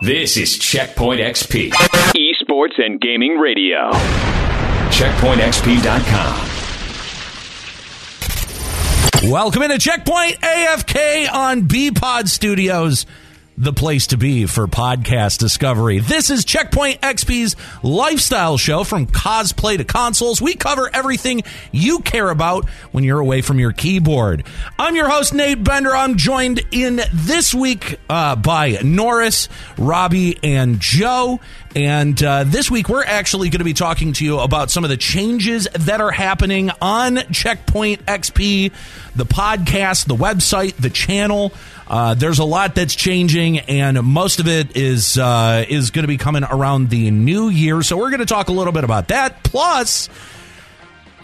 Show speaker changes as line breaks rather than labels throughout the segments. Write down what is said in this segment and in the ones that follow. This is Checkpoint XP.
Esports and Gaming Radio.
CheckpointXP.com.
Welcome into Checkpoint AFK on Pod Studios, the place to be for podcast discovery. This is Checkpoint XP's lifestyle show from cosplay to consoles. We cover everything you care about when you're away from your keyboard. I'm your host, Nate Bender. I'm joined in this week uh, by Norris, Robbie, and Joe. And uh, this week, we're actually going to be talking to you about some of the changes that are happening on Checkpoint XP, the podcast, the website, the channel. Uh, there's a lot that's changing, and most of it is uh, is going to be coming around the new year. So we're going to talk a little bit about that. Plus,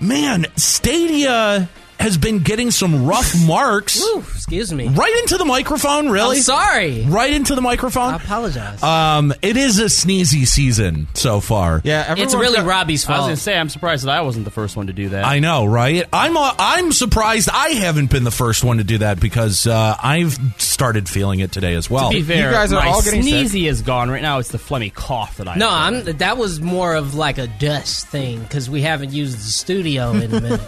man, Stadia has been getting some rough marks.
Ooh, excuse me.
Right into the microphone, really?
I'm sorry.
Right into the microphone.
I apologize.
Um, it is a sneezy season so far.
Yeah,
It's
everyone's
really
got-
Robbie's
I was
fault.
gonna say I'm surprised that I wasn't the first one to do that.
I know, right? I'm uh, I'm surprised I haven't been the first one to do that because uh, I've started feeling it today as well.
to be fair,
You guys are
my
all getting sick.
sneezy is gone right now. It's the phlegmy cough that I.
no,
have.
I'm. That was more of like a dust thing because we haven't used the studio in a minute.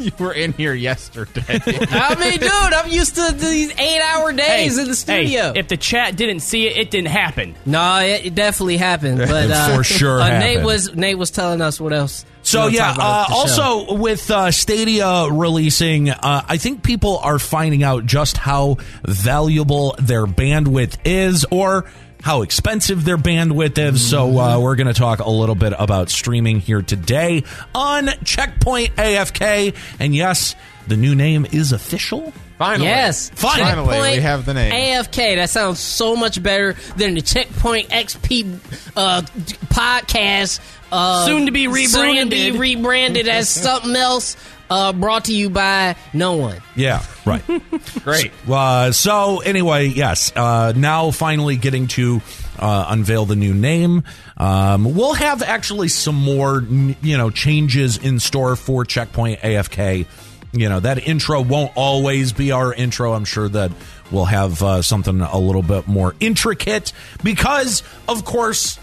You were in here yesterday.
I mean, dude, I'm used to these eight-hour
Hey,
days in the
hey,
studio.
if the chat didn't see it, it didn't happen.
no, it, it definitely happened. But uh,
For sure
uh,
happened.
Nate was Nate was telling us what else.
So
we wanna
yeah.
talk about
Uh,
at the show.
also, with uh, Stadia releasing, uh, I think people are finding out just how valuable their bandwidth is, or how expensive their bandwidth is. So
Mm-hmm.
uh, we're going to talk a little bit about streaming here today on Checkpoint AFK. And yes, the new name is official.
Finally.
Yes.
Finally,
Checkpoint
we have the name.
AFK. That sounds so much better than the Checkpoint XP uh, d- podcast. Uh,
Soon to be
Soon to
rebranded.
be rebranded as something else. Uh, brought to you by no one.
Yeah, right.
Great.
Uh, so anyway, yes. Uh, now finally getting to uh, unveil the new name. Um, we'll have actually some more, n- you know, changes in store for Checkpoint AFK. You know, that intro won't always be our intro. I'm sure that we'll have uh, something a little bit more intricate because, of course,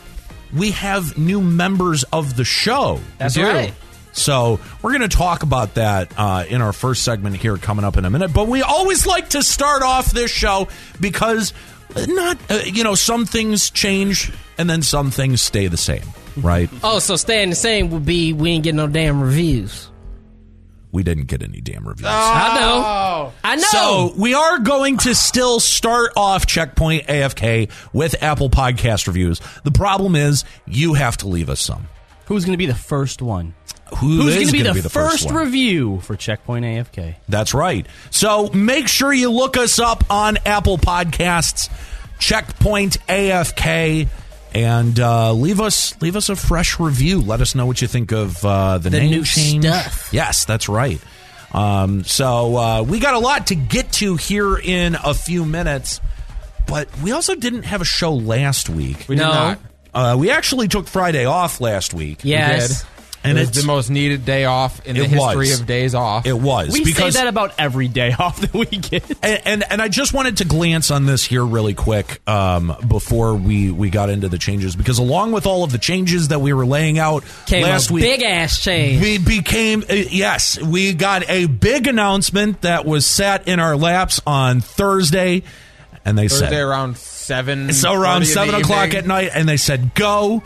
we have new members of the show.
That's
We do.
right.
So we're going to talk about that uh, in our first segment here coming up in a minute. But we always like to start off this show because not uh, you know some things change and then some things stay the same, right?
Oh, so staying the same would be we ain't getting no damn reviews.
we didn't get any damn reviews.
Ah,
I know. I know.
Oh. So we are going to still start off Checkpoint AFK with Apple Podcast reviews. The problem is you have to leave us some.
Who's going to be the first one?
Who
Who's
is
going to be the, first,
one?
review for Checkpoint AFK?
That's right. So make sure you look us up on Apple Podcasts, Checkpoint AFK, and uh, leave us leave us a fresh review. Let us know what you think of uh, the,
The
name
new
change.
stuff.
Yes, that's right. Um, so uh, we got a lot to get to here in a few minutes, but we also didn't have a show last week.
We did
No.
not.
Uh, we actually took Friday off last week.
yes.
and
it was
it's
the most needed day off in the
It
history
was.
of days off.
it was
We
because
say that about every day off that we get.
and, and and I just wanted to glance on this here really quick um, before we we got into the changes because along with all of the changes that we were laying out
Came
last
a
week,
big ass change.
we became uh, yes, we got a big announcement that was sat in our laps on Thursday, and they
Thursday
said
around seven.
so around seven o'clock at night, and they said go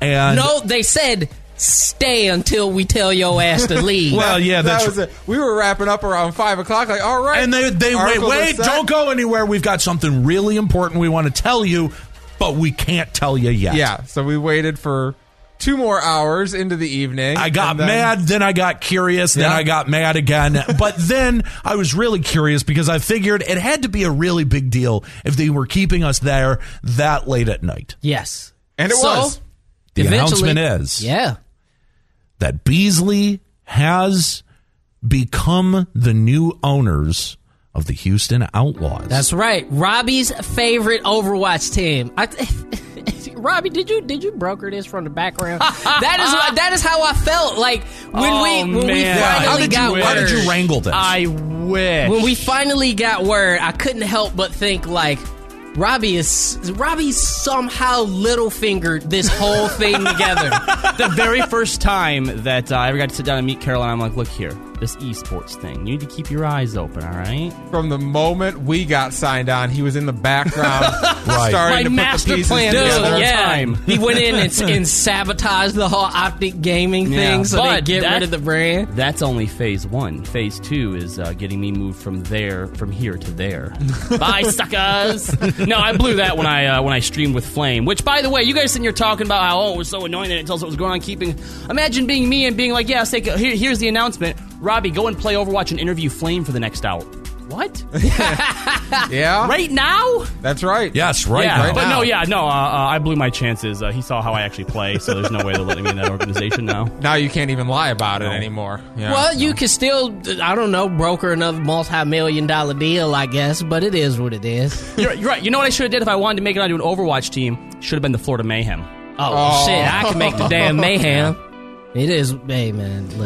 and
no, they said stay until we tell your ass to leave.
well yeah that's
that was it. We were wrapping up around five o'clock. Like, all right.
and they they wait
Articles are
wait
set.
don't go anywhere. We've got something really important we want to tell you, but we can't tell you yet.
Yeah. So we waited for two more hours into the evening.
I got
and then-
mad, then I got curious, then
Yeah.
I got mad again. but then I was really curious because I figured it had to be a really big deal if they were keeping us there that late at night.
yes.
And it
So,
was.
The
eventually-
announcement is
Yeah.
that Beasley has become the new owners of the Houston Outlaws.
That's right. Robbie's favorite Overwatch team. I, Robbie, did you did you broker this from the background? that is what- that is how I felt like when
Oh,
we when we
man.
finally
how did you
got
how
word.
did you wrangle this?
I wish.
when we finally got word, I couldn't help but think like Robbie is Robbie somehow little fingered this whole thing together.
the very first time that uh, I ever got to sit down and meet Caroline, I'm like, look here, this esports thing. You need to keep your eyes open, all right?
From the moment we got signed on, he was in the background,
Right.
starting
My
to
master
put the pieces
plan, dude.
together.
Yeah,
time.
he went in and, s- and sabotaged the whole optic gaming
Yeah.
thing, so
But
they get
that-
rid of the brand.
That's only phase one. Phase two is uh, getting me moved from there, from here to there. Bye, suckers. No, I blew that when I uh, when I streamed with Flame. Which, by the way, you guys sitting here talking about how oh it was so annoying that it tells us what was going on. Keeping, imagine being me and being like, yeah, let's take a- here, here's the announcement. Robbie, go and play Overwatch and interview Flame for the next hour. What?
Yeah,
right now?
that's right.
Yes, right
yeah,
now.
but
now.
no, yeah, no. Uh, uh, I blew my chances. Uh, he saw how I actually play, so there's no way they're letting me in that organization now.
Now you can't even lie about it anymore. Yeah.
Well, you can still, I don't know, broker another multi-million dollar deal, I guess, but it is what it is.
You're, you're right. You know what I should have did if I wanted to make it onto an Overwatch team? Should have been the Florida Mayhem.
Oh, shit, I can make the damn mayhem. It is, hey man, listen.
Oh,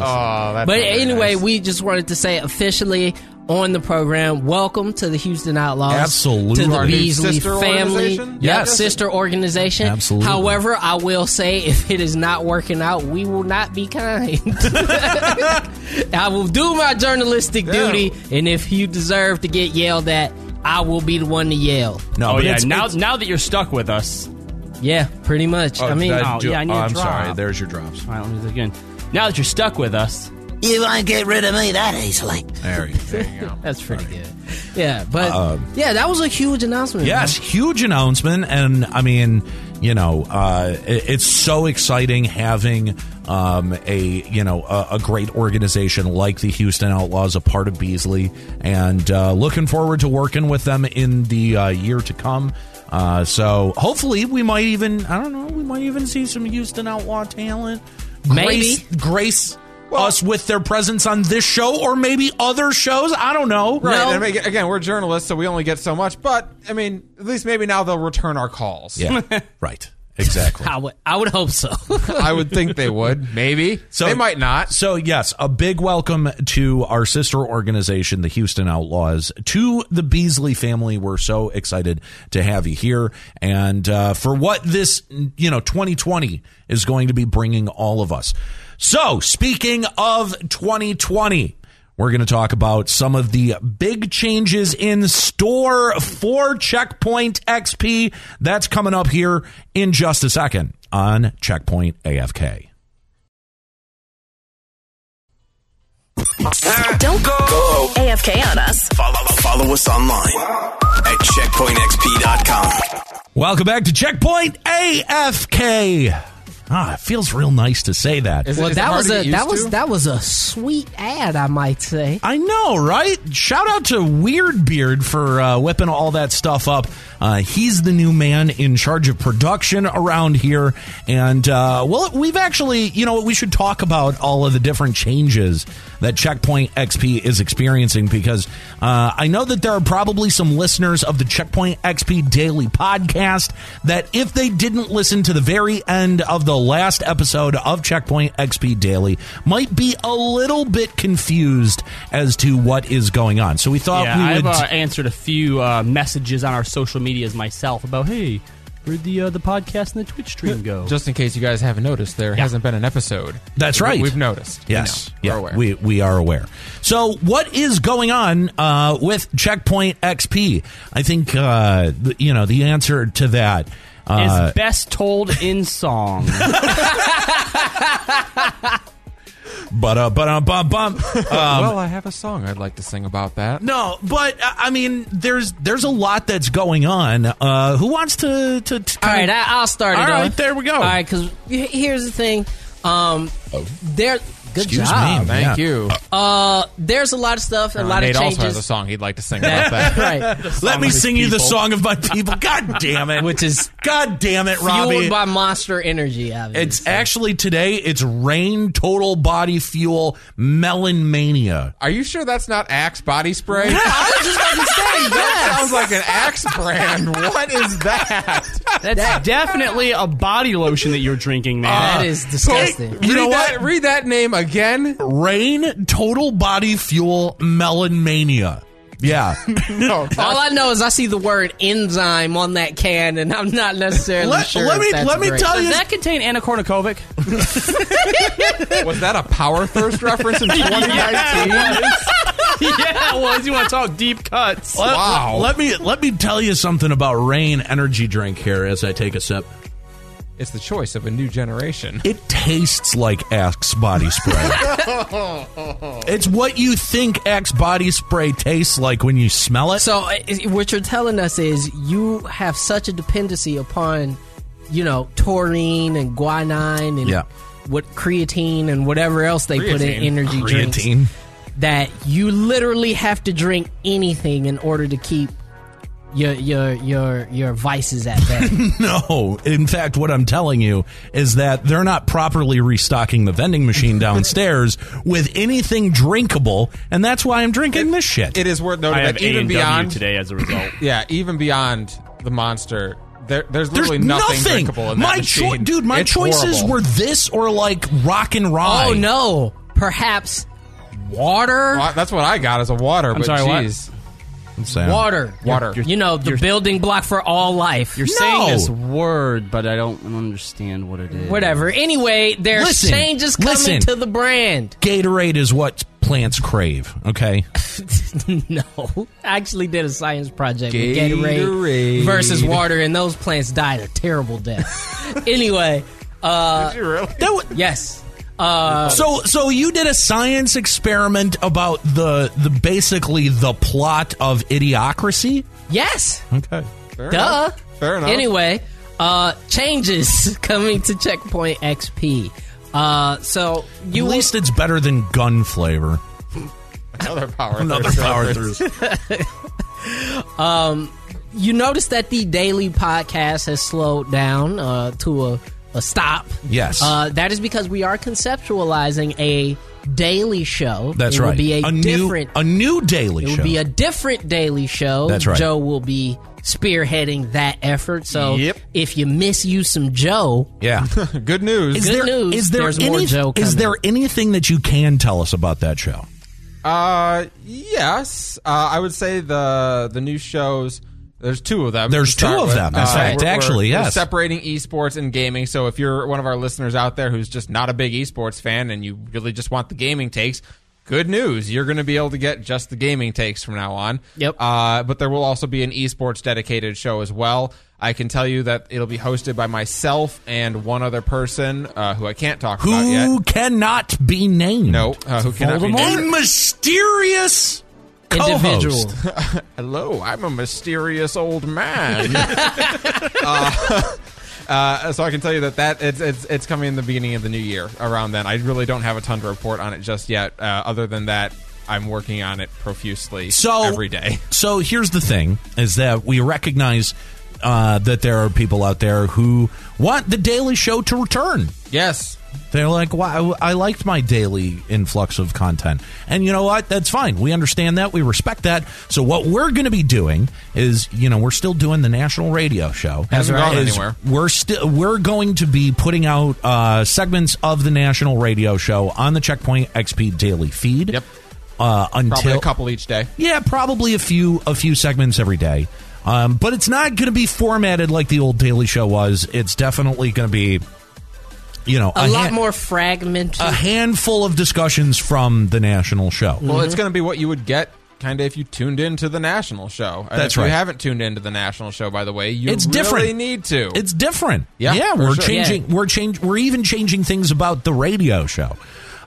but
that's not very
anyway,
nice.
we just wanted to say officially on the program, welcome to the Houston Outlaws,
Absolutely.
to
Our
the
new
Beasley
sister
family,
organization?
Yeah,
Yes.
sister organization.
Absolutely.
However, I will say, if it is not working out, we will not be kind. I will do my journalistic duty, and if you deserve to get yelled at, I will be the one to yell.
No,
Oh
but
yeah.
it's-
Now,
it's-
now that you're stuck with us,
Yeah, pretty much.
Oh,
I mean,
I do- yeah, I need a
am
drop.
sorry. There's your drops.
all right, let me do it again. Now that you're stuck with us,
you won't get rid of me that easily.
There you go.
That's pretty good. Yeah, but yeah, that was a huge announcement.
Uh, Yes, huge announcement, and I mean, you know, uh, it- it's so exciting having um, a you know a, a great organization like the Houston Outlaws a part of Beasley, and uh, looking forward to working with them in the uh, year to come. Uh, so hopefully, we might even I don't know, we might even see some Houston Outlaw talent.
Maybe.
Grace, grace us with their presence on this show, or maybe other shows. I don't know.
Right.
No.
and I mean, again, we're journalists, so we only get so much. But I mean, at least maybe now they'll return our calls.
Yeah. right. Exactly.
I would, I would hope so.
I would think they would. Maybe
So-
they might not.
So, yes, a big welcome to our sister organization, the Houston Outlaws, to the Beasley family. We're so excited to have you here and uh, for what this, you know, 2020 is going to be bringing all of us. So, speaking of 2020, we're going to talk about some of the big changes in store for Checkpoint XP. That's coming up here in just a second on Checkpoint AFK.
Don't go, AFK on us.
Follow, follow us online at checkpointxp.com.
Welcome back to Checkpoint AFK. Ah, it feels real nice to say that.
Is it-
well,
is it
that
hard
was
to
a
get
that
used
was
to?
that was a sweet ad, I might say.
I know, right? Shout out to Weird Beard for uh, whipping all that stuff up. Uh, he's the new man in charge of production around here, and uh, well, we've actually, you know, what, we should talk about all of the different changes that Checkpoint XP is experiencing because uh, I know that there are probably some listeners of the Checkpoint XP Daily podcast that if they didn't listen to the very end of the last episode of Checkpoint XP Daily, might be a little bit confused as to what is going on. So we thought
yeah,
we
I've
would.
uh, answered a few uh, messages on our social medias myself about hey, where'd the uh, the podcast and the Twitch stream go?
Just in case you guys haven't noticed, there hasn't been an episode.
That's
We-
right.
We've noticed. We
Yes,
know. We're
yeah,
aware.
we we are aware. So, what is going on uh, with Checkpoint XP? I think uh, th- you know the answer to that. Uh,
is best told in song.
but uh, but uh, bum bum.
well, I have a song I'd like to sing about that.
No, but uh, I mean, there's there's a lot that's going on. Uh, who wants to to? to
All
kinda-
right, I, I'll start.
All
it
right,
off.
there we go.
All right, because here's the thing. Um,
Oh.
there. Good
Excuse
job.
me.
Thank
Yeah.
you.
There's a lot of stuff, a lot
Uh, Nate
of changes.
also has a song he'd like to sing about that.
right.
Let me
of his
sing you the
people.
song of my people. God damn it!
Which is
God damn it, Robbie.
Fueled by monster energy, obviously.
it's actually today. It's rain, total body fuel, melon mania.
Are you sure that's not Axe body spray?
I was just about to say,
That
yes.
sounds like an Axe brand. What is that?
That's definitely a body lotion that you're drinking, man.
That is disgusting.
You
read
know
that,
what?
Read that name again.
Rain, total body fuel, melon mania. Yeah.
No,
All I know is I see the word enzyme on that can, and I'm not necessarily
Let-
sure.
let
if
me-
that's
let me
great.
tell you-
Does that contain Anna Kournikovic?
was that a power thirst reference in 2019?
yeah, it was. You want to talk deep cuts?
Let-
Wow.
Let me let me tell you something about Rain energy drink here as I take a sip.
It's the choice of a new generation.
It tastes like Axe body spray. it's what you think Axe body spray tastes like when you smell it.
So uh, is- what you're telling us is you have such a dependency upon, you know, taurine and guanine and
Yeah.
what creatine and whatever else they put in
Creatine.
energy drinks
Creatine.
that you literally have to drink anything in order to keep your your your your vices at bay.
No, in fact, what I'm telling you is that they're not properly restocking the vending machine downstairs with anything drinkable, and that's why I'm drinking this shit.
It is worth
I
noting
have
that even
A&W
beyond
today as a result.
Yeah, even beyond the monster, there, there's
There's
literally nothing, drinkable in that
my
machine.
choi- dude, my
It's
choices
horrible.
were this or like rock and rye.
oh no, perhaps water,
Wa- That's what I got as a water. but
sorry, what?
geez,
Sam.
water,
water.
You know, the building block for all life.
You're
No.
saying this word, but I don't understand what it is.
whatever. Anyway, there's
Listen,
changes coming
listen.
to the brand.
Gatorade is what plants crave. Okay,
no, I actually did a science project with Gatorade
Gatorade.
versus water, and those plants died a terrible death. anyway, uh,
That wa-
yes. Uh,
so so you did a science experiment about the the basically the plot of Idiocracy.
yes.
Okay,
Fair
Duh.
enough. Fair enough.
Anyway, uh, changes coming to Checkpoint XP. Uh, so
at
you will-
least it's better than gun flavor.
another power.
Another
thirst
power
reference.
through.
you notice that the daily podcast has slowed down uh, to a, a stop.
Yes.
Uh, that is because we are conceptualizing a daily show.
That's
it
right.
Will be a, different.
new a new daily
it
show.
will be a different daily show.
That's right.
Joe will be spearheading that effort. So
Yep.
if you misuse some Joe,
yeah.
Good news.
Is
Good
there
news,
is there
there's more
any-
Joe
is
coming.
there anything that you can tell us about that show?
Uh, yes. Uh, I would say the the new shows. There's two of them.
There's
to start
two of
with.
them, in
Uh,
fact,
we're- we're-
actually,
we're
yes.
separating esports and gaming. So if you're one of our listeners out there who's just not a big esports fan and you really just want the gaming takes, good news. You're going to be able to get just the gaming takes from now on.
Yep.
Uh, but there will also be an esports dedicated show as well. I can tell you that it'll be hosted by myself and one other person uh, who I can't talk about yet.
Who cannot be named?
No, uh, who cannot be
Voldemort?
named.
A mysterious co-host.
individual.
Hello, I'm a mysterious old man. uh, uh, so I can tell you that that it's, it's it's coming in the beginning of the new year. Around then, I really don't have a ton to report on it just yet. Uh, other than that, I'm working on it profusely
So
every day.
So here's the thing: is that we recognize uh, that there are people out there who want the Daily Show to return.
Yes,
They're like, wow, I I liked my daily influx of content. And you know what? That's fine. We understand that. We respect that. So what we're going to be doing is, you know, we're still doing the national radio show.
Hasn't gone
Is
anywhere.
We're still we're going to be putting out uh, segments of the national radio show on the Checkpoint XP daily feed.
Yep.
Uh, until
probably a couple each day.
yeah, probably a few a few segments every day. Um, but it's not going to be formatted like the old Daily Show was. It's definitely going to be, you know,
a lot
han-
more fragmented.
a handful of discussions from the national show.
Well, it's going to be what you would get. Kind of if you tuned in to the national show. And
That's
if
right.
you haven't tuned into the national show, by the way, you
It's
really
different.
need to.
It's different.
Yeah, for
we're
sure.
changing. We're change. We're even changing things about the radio show.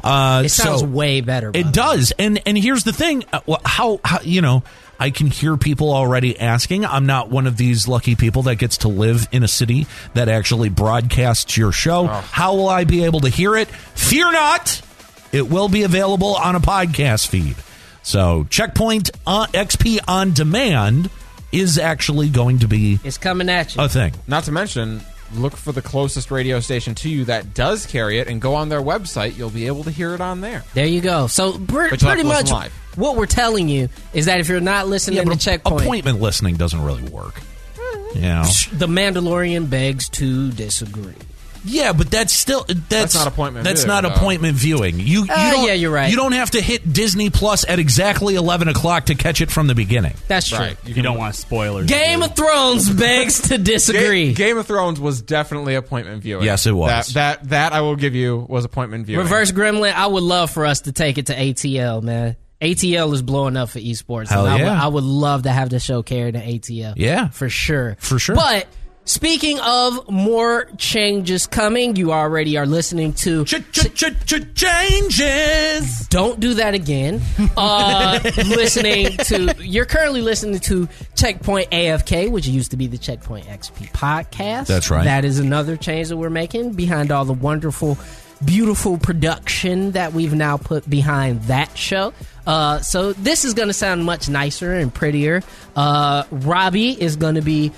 Uh,
it sounds
so-
way better. by
It
the way.
does, and and here's the thing: uh, well, how, how you know? I can hear people already asking. I'm not one of these lucky people that gets to live in a city that actually broadcasts your show. How will I be able to hear it? Fear not, it will be available on a podcast feed. So checkpoint uh, XP on demand is actually going to be
It's coming at you.
a thing.
Not to mention, look for the closest radio station to you that does carry it and go on their website. You'll be able to hear it on there.
There you go. So pr-
But you'll have
pretty
to
much
listen live.
what we're telling you is that if you're not listening to
but
Checkpoint,
appointment listening doesn't really work. Yeah.
the Mandalorian begs to disagree.
Yeah, but that's still that's,
not appointment
That's
viewing,
not
though.
appointment viewing. You, you
Uh,
don't,
yeah, you're right.
You don't have to hit Disney Plus at exactly eleven o'clock to catch it from the beginning.
That's true.
Right.
You don't want spoilers.
Game of Thrones begs to
Ga-
disagree.
Game of Thrones was definitely appointment viewing.
Yes, it was.
That that, that I will give you was appointment viewing.
Reverse Gremlin, I would love for us to take it to ATL, man. ATL is blowing up for esports.
Hell
and I, would,
yeah.
I would love to have the show carried in ATL.
Yeah.
For sure.
For sure.
But speaking of more changes coming, you already are listening to
Changes.
Don't Do That Again. Uh, listening to, you're currently listening to Checkpoint AFK, which used to be the Checkpoint XP podcast.
That's right.
That is another change that we're making behind all the wonderful, beautiful production that we've now put behind that show. Uh, so this is going to sound much nicer and prettier. Uh, Robbie is going to be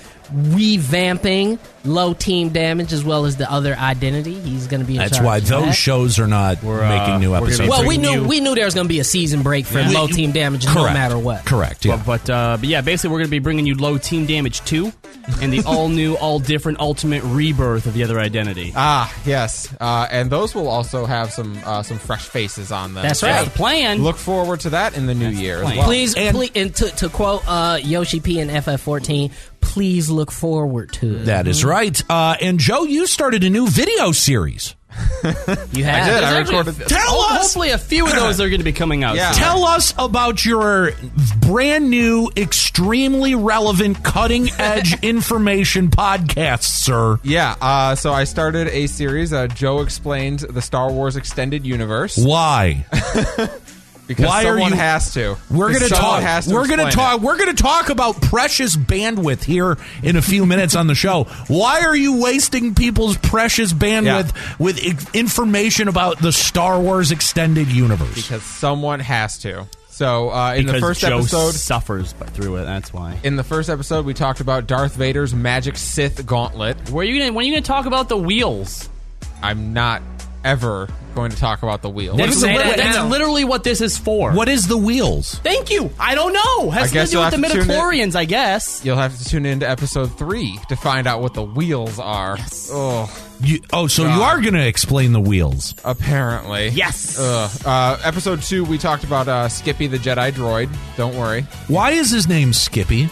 revamping low team damage as well as the other identity. He's going to be. In
That's
charge
why
of that.
those shows are not making new episodes.
Well, we knew
you-
we knew there was going to be a season break for
We-
low team damage, no
Correct.
matter what.
Correct. Yeah.
But but, uh, but yeah, basically we're going to be bringing you low team damage two, and the all new, all different ultimate rebirth of the other identity.
Ah, yes. Uh, and those will also have some uh, some fresh faces on them.
That's
So
right.
the plan.
Look forward to that in the new year. As
plan.
well.
Please, please, and to, to quote uh, Yoshi P and FF14, please look forward to it.
that is right. Uh, and Joe, you started a new video series.
you have.
I did. I
There's actually-
recorded.
Tell
Ho-
us.
Hopefully, a few of those are going to be coming out.
Yeah.
soon.
Tell us about your brand new, extremely relevant, cutting edge information podcast, sir.
Yeah. Uh, so I started a series. Uh, Joe explains the Star Wars extended universe
Why?
because
why are
someone
you-
has to.
We're gonna
Someone
talk.
Has to
we're gonna
explain
talk.
it.
We're gonna talk about precious bandwidth here in a few minutes on the show. Why are you wasting people's precious bandwidth with i- information about the Star Wars extended universe?
because someone has to. So uh, in the
because
first
Joe
episode,
suffers but through it. That's why.
in the first episode, we talked about Darth Vader's magic Sith gauntlet.
Where you gonna, when are you going to talk about the wheels?
I'm not ever going to talk about the wheel.
That's,
is the-
that-
what-
that's
now-
literally what this is for.
What is the wheels?
Thank you. I don't know. Has
I
something to
guess
do
you'll
with the
have to tune in.
midichlorians, I guess.
You'll have to tune into episode three to find out what the wheels are. Oh,
You, oh, so you are gonna explain the wheels?
apparently.
Yes.
Ugh. Uh, episode two, we talked about uh, Skippy the Jedi droid. Don't worry.
Why is his name Skippy?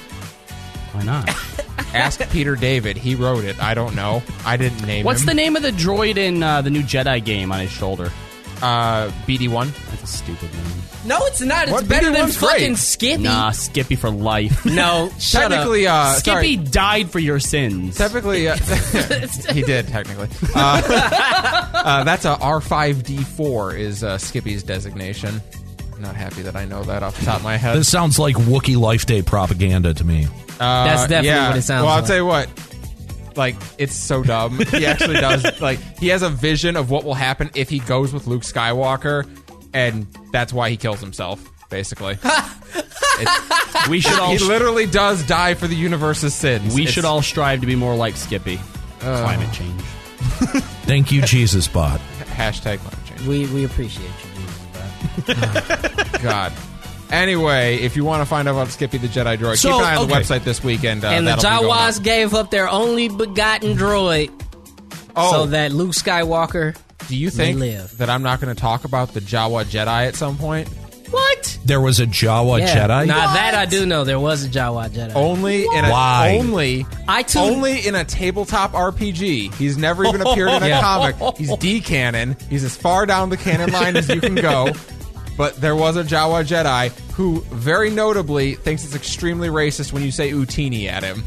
Why not?
Ask Peter David. He wrote it. I don't know. I didn't name
What's the
him.
name of the droid in uh, the new Jedi game on his shoulder?
the uh, BD one?
That's a stupid name.
No, it's not. It's
What?
better
BD
than
one's great.
fucking Skippy.
Nah, Skippy for life.
No, shut up.
Technically, uh,
Skippy
sorry.
died for your sins.
Technically, uh, he did. Technically, uh, uh, that's a R five D four is uh, Skippy's designation. Not happy that I know that off the top of my head.
This sounds like Wookiee Life Day propaganda to me.
That's
Uh,
definitely
yeah.
what it sounds
Well, I'll
like.
tell you what. Like it's so dumb. He actually does. Like he has a vision of what will happen if he goes with Luke Skywalker, and that's why he kills himself. Basically,
we should all
he literally does die for the universe's sins.
we
It's- Uh,
should all strive to be more like Skippy. Climate change.
Thank you, Jesus Bot.
hashtag climate change.
we, we appreciate you. Jesus, bro.
God. Anyway, if you want to find out about Skippy the Jedi droid,
So,
keep an eye on the
okay.
website this weekend. Uh,
And the
that'll be going
Jawas gave up their only begotten droid
up. Oh,
so that Luke Skywalker.
do you
may
think
live.
that I'm not going to talk about the Jawa Jedi at some point?
What?
There was a Jawa
Yeah.
Jedi.
Nah, that I do know. There was a Jawa Jedi.
Only in a
Why?
only
I too-
Oh, only in a tabletop RPG. He's never even appeared in a
Yeah.
comic. He's D canon. He's as far down the canon line as you can go. But there was a Jawa Jedi who very notably thinks it's extremely racist when you say Utini at him.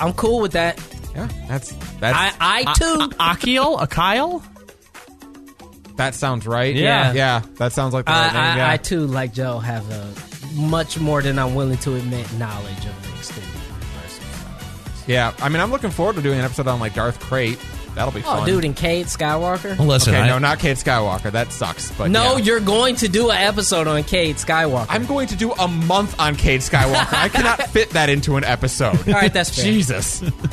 I'm cool with that.
Yeah, that's that's
I, I too.
Uh, Akil? Akil?
That sounds right.
Yeah.
yeah, that sounds like the right name.
I,
yeah.
I, I too, like Joe, have a much more than I'm willing to admit knowledge of the extended universe.
yeah, I mean, I'm looking forward to doing an episode on like Darth Crate. That'll be
Oh,
fun.
dude, and Cade Skywalker.
Listen,
okay,
I,
no, not Kate Skywalker. That sucks. But
No,
yeah.
you're going to do an episode on Cade Skywalker.
I'm going to do a month on Kate Skywalker. I cannot fit that into an episode.
All right, that's fair.
Jesus,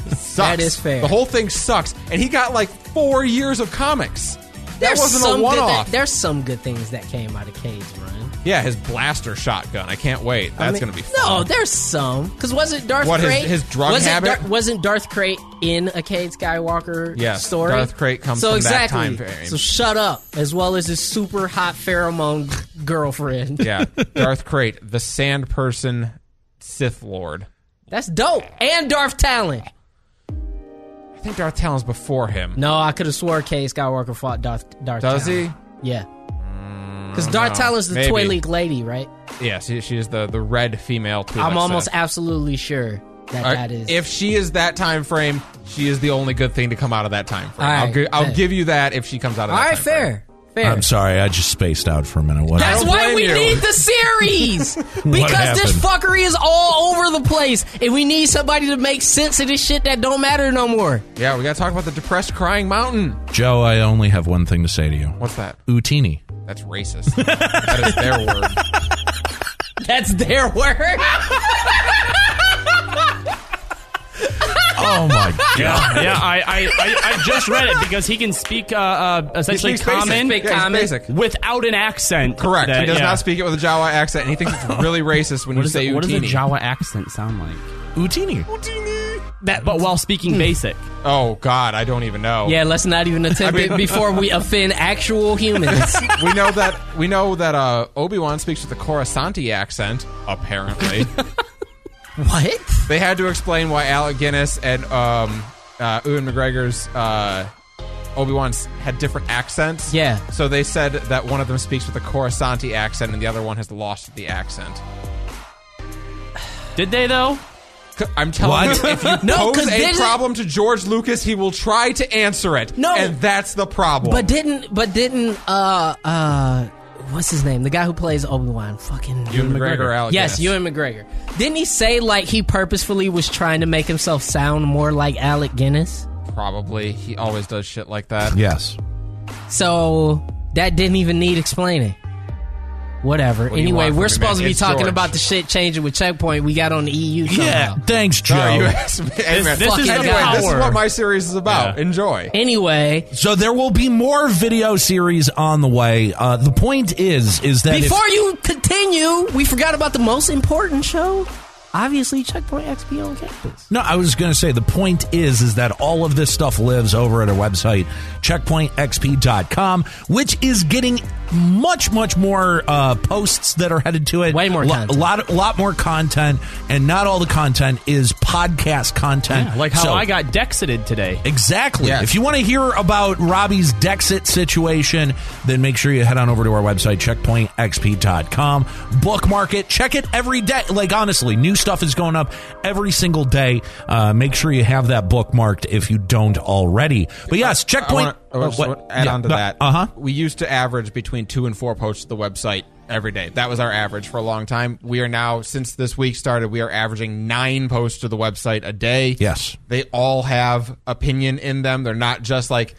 sucks.
That is fair.
The whole thing sucks, and he got like four years of comics.
There's
that wasn't
some
a
good-
one-off.
there's some good things that came out of Cade's run.
Yeah, his blaster shotgun. I can't wait. That's
I mean,
gonna be
No,
fun.
there's some. Because wasn't Darth
What, his-
Krayt-
his drug
wasn't
habit?
Dar- wasn't Darth Crate in a Cade Skywalker
Yes,
story?
Darth Krayt comes
so
from that
exactly.
time frame.
So shut up, as well as his super hot pheromone girlfriend.
yeah, Darth Crate, the Sand Person, Sith Lord.
That's dope. And Darth Talon.
I think Darth Talon's before him.
No, I could have swore Cade Skywalker fought Darth Darth.
Does
Talon.
he? Mm,
Yeah. Because Darth
no.
Talon's the
Maybe.
toy league lady, right?
Yes, she, she is the the red female. Too,
I'm almost absolutely sure that that is.
If she is that time frame, she is the only good thing to come out of that time frame.
All
I'll,
right,
gi- I'll
bet.
give you that if she comes out of.
All
that
right,
time frame.
fair, fair.
I'm sorry, I just spaced out for a minute. What?
That's
don't
why
blame
we
you.
need the series because this
happened?
fuckery is all over the place, and we need somebody to make sense of this shit that don't matter no more.
Yeah, we gotta talk about the depressed crying mountain.
Joe, I only have one thing to say to you.
What's that?
Utini.
That's racist. that is their word.
That's their word.
Oh my god.
yeah, I, I, I, I just read it because he can speak uh, uh, essentially
speaks basic.
common,
Yeah, he's
common.
basic.
without an accent.
Correct.
That-
he does
yeah.
not speak it with a Jawa accent, and he thinks it's really racist when
What
you
does
say
a- what does a
Utini.
Jawa accent sound like?
Utini.
That, but while
Hmm.
speaking basic.
Oh God, I don't even know.
Yeah, let's not even attempt
I mean-
it before we offend actual humans.
we know that we know that uh, Obi Wan speaks with a Coruscanti accent. Apparently,
what?
they had to explain why Alec Guinness and um, uh, Ewan McGregor's uh, Obi Wan's had different accents.
Yeah.
So they said that one of them speaks with a Coruscanti accent and the other one has lost the accent.
Did they though?
C- I'm telling
What?
you, if you
No, 'cause
pose a
didn't-
problem to George Lucas, he will try to answer it.
No.
and that's the problem.
But didn't? But didn't? Uh, uh, what's his name? The guy who plays Obi Wan. Fucking
Ewan McGregor, Alec
Yes,
Guinness.
Ewan McGregor. Didn't he say like he purposefully was trying to make himself sound more like Alec Guinness?
probably. He always does shit like that.
Yes.
So that didn't even need explaining. Whatever.
do you
anyway,
want from
we're
me,
supposed to
man?
be
It's
talking
George.
about the shit changing with checkpoint we got on the EU. Somehow.
Yeah. Thanks, Joe.
Sorry, you asked me. Hey, man.
this
is
anyway, this is
power.
what my series is about.
Yeah.
Enjoy.
Anyway,
So there will be more video series on the way. Uh, the point is, is that if-
before you continue, we forgot about the most important show. Obviously, checkpoint XP on campus.
no, I was going to say the point is, is that all of this stuff lives over at our website, checkpointxp.com, which is getting much, much more uh, posts that are headed to it.
Way more
Lo-
content.
lot, lot more content, and not all the content is podcast content.
Like how
So-
I got dexited today.
Exactly.
Yes.
If you want to hear about Robbie's Dexit situation, then make sure you head on over to our website, checkpointxp.com. Bookmark it. Check it every day. Like, honestly, new stuff is going up every single day. Uh, make sure you have that bookmarked if you don't already. But yes, checkpoint. Oh,
I want to add on to that.
Uh huh.
We used to average between two and four posts to the website every day. That was our average for a long time. We are now, since this week started, we are averaging nine posts to the website a day.
Yes.
They all have opinion in them. They're not just like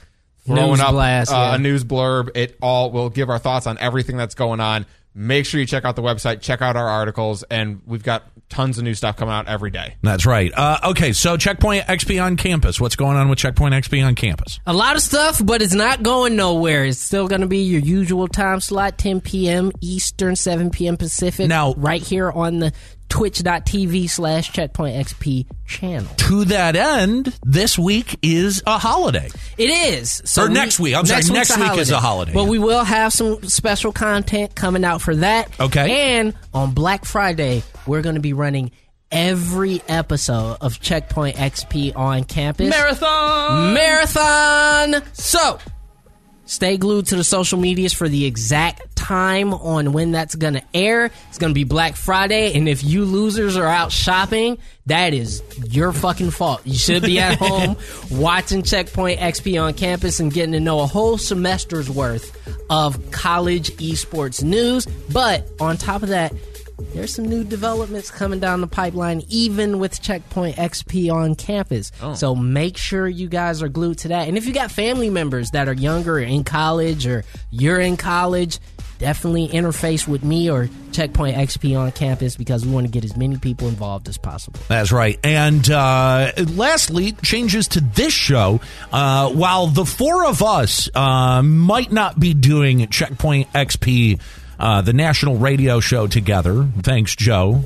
throwing
News
up
blast,
uh,
yeah.
a news blurb. It all will give our thoughts on everything that's going on. Make sure you check out the website, check out our articles, and we've got tons of new stuff coming out every day.
That's right. Uh, okay, so Checkpoint XP on campus. What's going on with Checkpoint XP on campus?
A lot of stuff, but it's not going nowhere. It's still going to be your usual time slot 10 p.m. Eastern, 7 p.m. Pacific.
Now-
right here on the twitch.tv slash checkpoint XP channel.
To that end, this week is a holiday.
It is. So
Or next week. I'm sorry,
week's
next week is a holiday.
But we will have some special content coming out for that.
Okay.
And on Black Friday, we're going to be running every episode of Checkpoint XP on campus.
Marathon.
marathon. So, stay glued to the social medias for the exact time on when that's going to air. It's going to be Black Friday, and if you losers are out shopping, that is your fucking fault. You should be at home watching Checkpoint XP on campus and getting to know a whole semester's worth of college esports news. But on top of that, there's some new developments coming down the pipeline, even with Checkpoint XP on campus. So make sure you guys are glued to that. And if you got family members that are younger, or in college, or you're in college, definitely interface with me or Checkpoint XP on campus because we want to get as many people involved as possible.
That's right. And uh, lastly, changes to this show. Uh, while the four of us uh, might not be doing Checkpoint XP uh, the national radio show together. Thanks, Joe.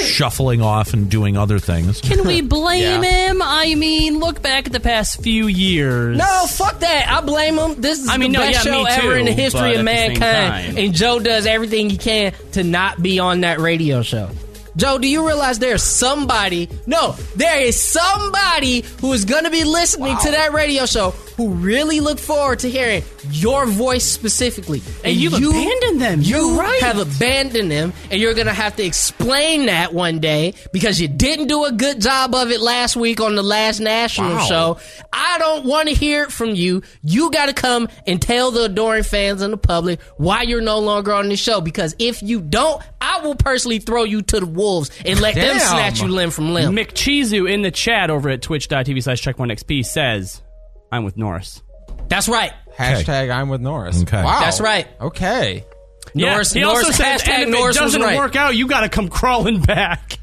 Shuffling off and doing other things.
Can we blame
Yeah.
him? I mean, look back at the past few years.
No, fuck that. I blame him. This is
I mean,
the
no,
best
yeah,
show
me
ever in the
too,
history
but
of
at the same
mankind.
time.
And Joe does everything he can to not be on that radio show. Joe, do you realize there's somebody? No, there is somebody who is going to be listening to that radio show who really look forward to hearing your voice specifically.
And you've abandoned them.
You
You're right.
have abandoned them, and you're going to have to explain that one day because you didn't do a good job of it last week on the last national
Wow.
show. I don't want to hear it from you. You got to come and tell the adoring fans and the public why you're no longer on this show. Because if you don't, I will personally throw you to the wolves and let them
Damn.
snatch you limb from limb.
McCheezu in the chat over at twitch.tv slash checkpointxp says, I'm with Norris.
That's right.
Hashtag I'm with Norris.
Okay.
Wow.
That's right.
Okay.
Norris-
he also
Norris-
says,
hashtag
and if
Norris
it
was
doesn't
right.
work out, you got to come crawling back.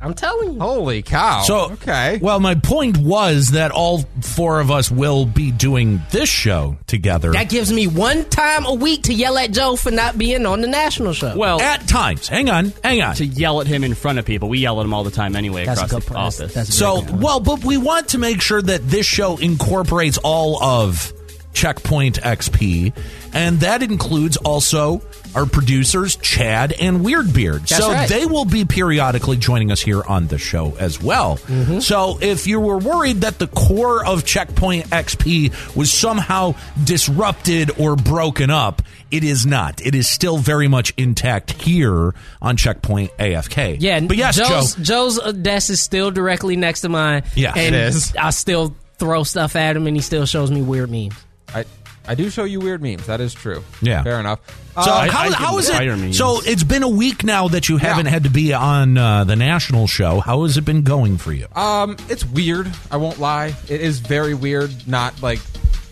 I'm telling you.
Holy cow.
So
okay.
Well, my point was that all four of us will be doing this show together
That gives me one time a week to yell at Joe for not being on the national show.
Well,
at times. Hang on, hang on.
to yell at him in front of people. We yell at him all the time anyway
that's a
across the
good point.
office.
That's- that's a
So,
good point.
well, but we want to make sure that this show incorporates all of Checkpoint XP, and that includes also our producers, Chad and Weirdbeard.
That's
so
right.
they will be periodically joining us here on the show as well.
Mm-hmm.
So if you were worried that the core of Checkpoint XP was somehow disrupted or broken up, it is not. It is still very much intact here on Checkpoint AFK.
Yeah,
but yes,
Joe's,
Joe.
Joe's uh, desk is still directly next to mine.
Yeah,
and
it is.
I still throw stuff at him, and he still shows me weird memes.
I, I do show you weird memes. That is true.
Yeah. Um,
Fair enough.
So
Uh,
how,
I can
how is
fire
it?
me.
So it's been a week now that you haven't had to be on uh, the national show. How has it been going for you?
Um, it's weird. I won't lie. It is very weird. Not like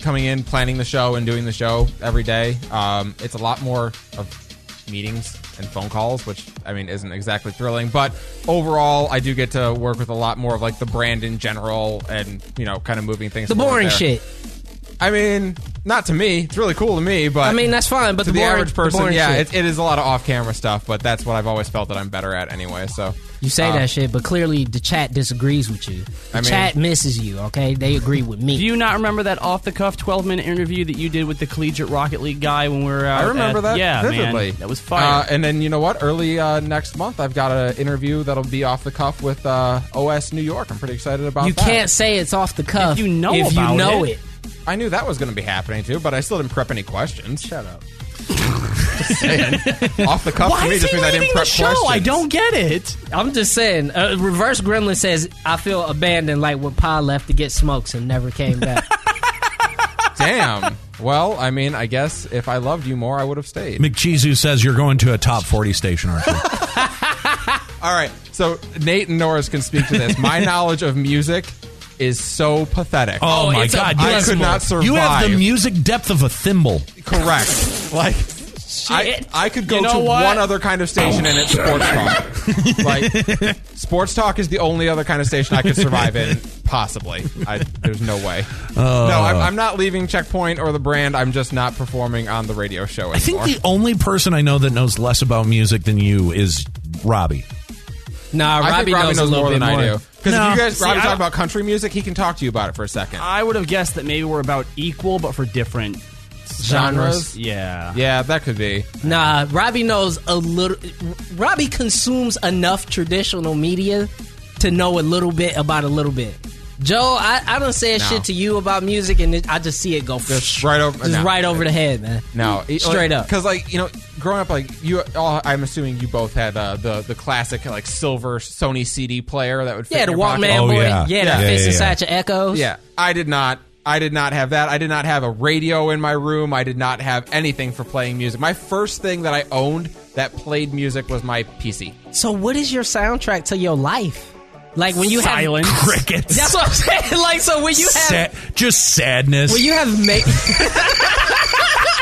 coming in, planning the show, and doing the show every day. Um, it's a lot more of meetings and phone calls, which I mean isn't exactly thrilling. But overall, I do get to work with a lot more of like the brand in general, and you know, kind of moving things.
The
from
boring
there.
shit.
I mean, not to me. It's really cool to me, but
I mean, that's fine, but
to
the
the,
boring-
average
the
person,
boring
yeah,
shit.
it, it is a lot of off-camera stuff. But that's what I've always felt that I'm better at anyway. So
You say that shit, but clearly the chat disagrees with you. The
uh, I mean-
chat misses you. Okay, they agree with me.
Do you not remember that off the cuff 12 minute interview that you did with the collegiate Rocket League guy when we were out?
I remember
at-
that
Yeah,
vividly.
man. That was fire.
Uh, and then you know what? Early uh, next month, I've got an interview that'll be off the cuff with uh, OS New York. I'm pretty excited about.
You
that.
can't say it's off the cuff
If you know
if
about
you know it.
it.
I knew that was going to be happening too, but I still didn't prep any questions. Shut up. off the cuff for me just means I didn't prep questions.
I don't get it.
I'm just saying. Uh, Reverse Gremlin says I feel abandoned, like when Pa left to get smokes and never came back.
Damn. Well, I mean, I guess if I loved you more, I would have stayed.
McCheezu says you're going to a top forty station, aren't you?
All right. So Nate and Norris can speak to this. My knowledge of music is so pathetic.
Oh, my god, you
I
have-
could not survive.
You have the music depth of a thimble.
Correct. Like. I, I could go
You know
to
what?
one other kind of station and it's sports talk. like sports talk is the only other kind of station I could survive in. Possibly, I, there's no way. no, I'm, I'm not leaving Checkpoint or the brand. I'm just not performing on the radio show anymore.
I think the only person I know that knows less about music than you is Robbie.
nah, Robbie,
I think Robbie
knows,
knows,
a little
more
bit
than
more.
I do. Because
No.
if you guys,
See,
Robbie,
I
talk
don't- Uh,
about country music, he can talk to you about it for a second.
I would have guessed that maybe we're about equal, but for different.
Genres?
Yeah.
Yeah, that could be.
Nah, Robbie knows a little. Robbie consumes enough traditional media to know a little bit about a little bit. Joe, I, I don't say
No.
shit to you about music, and it, I just see it go
Just right over-
just
no.
right over the head, man.
No,
E, straight up.
Because like you know, growing up, like you, all, I'm assuming you both had uh, the the classic like silver Sony CD player that would fit
Yeah,
in
the
your pocket.
Walkman
Oh,
boy.
yeah.
Yeah, that
Yeah.
fits
Yeah, yeah,
inside your echoes.
Yeah, I did not. I did not have that. I did not have a radio in my room. I did not have anything for playing music. My first thing that I owned that played music was my PC.
So, what is your soundtrack to your life? Like when you
Silence.
have
Crickets.
That's what I'm saying. Like so, when you have
Sa- just sadness.
when you have ma-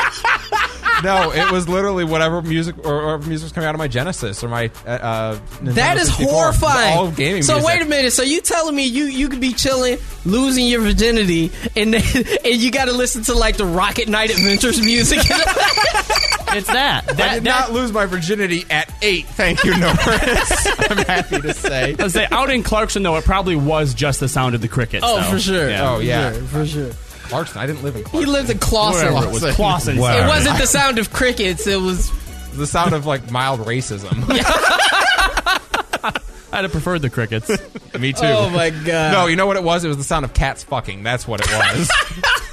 No, it was literally whatever music or, or music was coming out of my Genesis or my. Uh, uh, Nintendo
That is
64.
horrifying.
All gaming.
so
music.
wait a minute. So you telling me you you could be chilling, losing your virginity, and then, and you got to listen to like the Rocket Knight Adventures music?
It's that. that
I did
that-
not lose my virginity at eight. Thank you, Norris. I'm happy to say.
I was say, out in Clarkson, though, it probably was just the sound of the crickets.
Oh,
though.
for sure.
Yeah.
Oh yeah,
For sure.
Clarkson. I didn't live in
He
Clarkson.
lived in Clawson.
Whatever it was, Clawson.
Wow.
It wasn't the sound of crickets. It was
the sound of like mild racism.
I'd have preferred the crickets.
Me too.
oh my god.
No, you know what it was? It was the sound of cats fucking. That's what it was.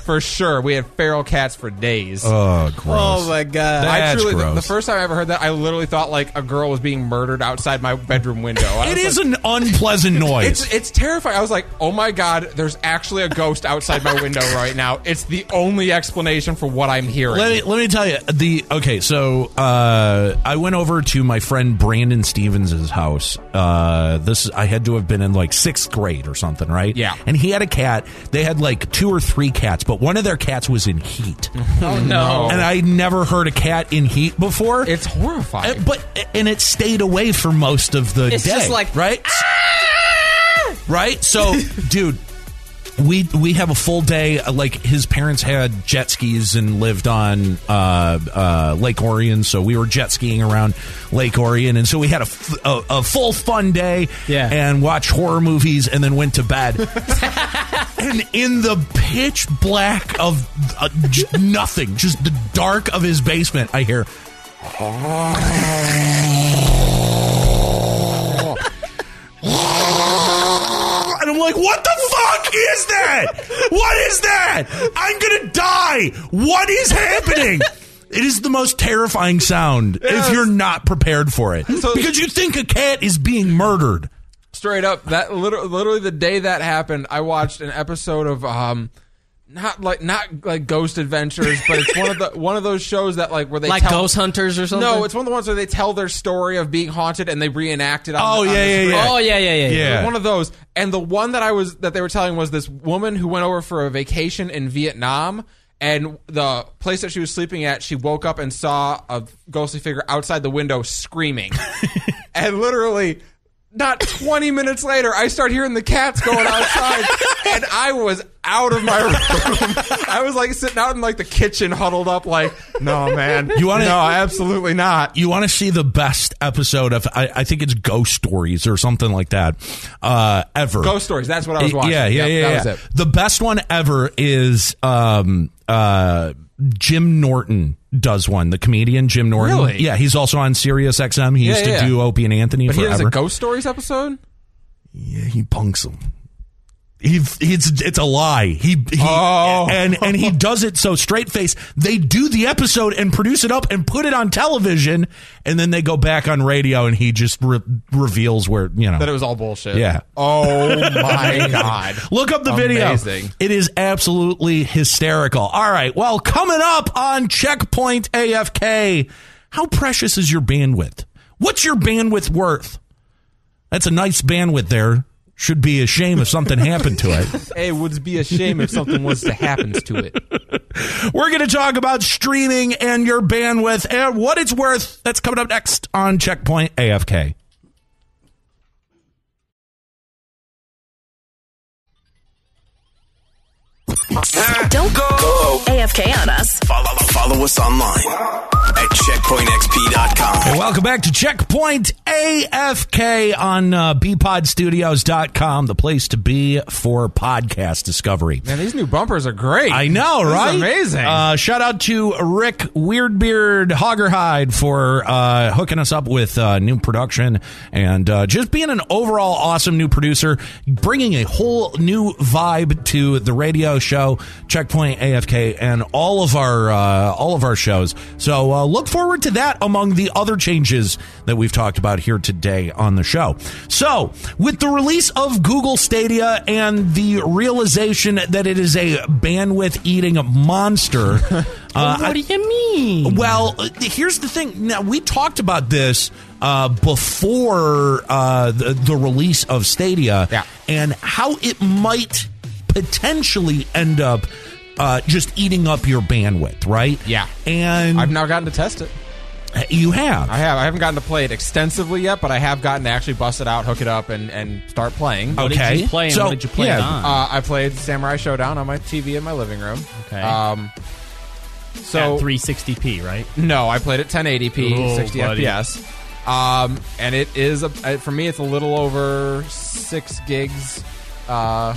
for sure. We had feral cats for days.
Oh, gross.
oh my god.
I
That's
truly, the-
gross.
The first time I ever heard that, I literally thought like a girl was being murdered outside my bedroom window. I
It
was
is
like,
an unpleasant noise.
It's it's terrifying. I was like, oh my god, there's actually a ghost outside my window right now. It's the only explanation for what I'm hearing.
Let me let me tell you the okay. So uh, I went over to my friend Brandon Stevens' house. Uh, this I had to have been in like sixth grade or something, right?
Yeah.
And he had a cat. They had like two or three cats, but one of their cats was in heat,
oh no.
and I never heard a cat in heat before.
it's horrifying.
Uh, but and it stayed away for most of the
It's
day.
just like, "Ah!"
right, right. So, dude. We, we have a full day. uh, Like his parents had jet skis and lived on uh, uh, Lake Orion, so we were jet skiing around Lake Orion, and so we had a, f- a- a full fun day.
Yeah.
and watched horror movies, and then went to bed. And in the pitch black of uh, j- nothing, just the dark of his basement, I hear. And I'm like, what the fuck is that? What is that? I'm gonna die. What is happening? It is the most terrifying sound if you're not prepared for it.
So-
because you think a cat is being murdered.
Straight up, that literally, literally the day that happened, I watched an episode of um, not like not like Ghost Adventures, but it's one of the one of those shows that like where they
Like
tell,
ghost hunters or something.
No, it's one of the ones where they tell their story of being haunted and they reenact it. On
Oh,
the, on
yeah,
the
yeah,
screen.
yeah.
Oh yeah, yeah, yeah. yeah.
One of those, and the one that I was that they were telling was this woman who went over for a vacation in Vietnam, and the place that she was sleeping at, she woke up and saw a ghostly figure outside the window screaming, and literally. Not 20 minutes later, I start hearing the cats going outside, and I was out of my room. I was like sitting out in like the kitchen, huddled up, like, "No, man,
You wanna-
No, absolutely not."
you want to see the best episode of I, I think it's Ghost Stories or something like that uh, ever.
Ghost stories. That's what I was watching.
Yeah, yeah,
Yep,
yeah.
that
yeah.
was it.
The best one ever is um, uh, Jim Norton does one. The comedian Jim Norton.
Really?
Yeah, he's also on Sirius XM. He used to
yeah.
do Opie and Anthony
But he
forever.
has a ghost stories episode.
Yeah, he punks him. He, it's it's a lie. He, he
Oh.
and and he does it so straight face. They do the episode and produce it up and put it on television, and then they go back on radio and he just re- reveals where you know.
that it was all bullshit.
Yeah.
Oh my god.
Look up the video.
Amazing.
It is absolutely hysterical. All right. Well, coming up on Checkpoint AFK, how precious is your bandwidth? What's your bandwidth worth? That's a nice bandwidth there. Should be a shame if something happened to it.
It would be a shame if something was to happen to it.
We're going to talk about streaming and your bandwidth and what it's worth. That's coming up next on Checkpoint AFK.
Don't go. AFK on us.
Follow, follow us online at checkpointxp.com.
And welcome back to Checkpoint AFK on uh, bpodstudios.com, the place to be for podcast discovery.
Man, these new bumpers are great.
I know,
This is
right?
amazing.
Uh, shout out to Rick Weirdbeard Hoggerhide for uh, hooking us up with uh, new production and uh, just being an overall awesome new producer, bringing a whole new vibe to the radio show Checkpoint AFK and all of our uh, all of our shows. So uh, look forward to that among the other changes that we've talked about here today on the show. So, with the release of Google Stadia and the realization that it is a bandwidth eating monster, uh,
what do you
Mm-hmm.
mean?
well, uh, here's the thing. Now we talked about this uh, before uh, the, the release of Stadia,
Yeah.
and how it might potentially end up uh, just eating up your bandwidth, right?
Yeah.
and
I've now gotten to test it.
you have.
I have. I haven't gotten to play it extensively yet, but I have gotten to actually bust it out, hook it up, and, and start playing.
What
okay,
did you play and
so
what did you play
yeah,
it on?
Uh, I played Samurai Showdown on my TV in my living room.
Okay.
Um, So
at 360p, right?
No, I played at 1080p,
Oh,
60
buddy.
FPS. Um, and it is a, uh, for me, it's a little over six gigs, uh,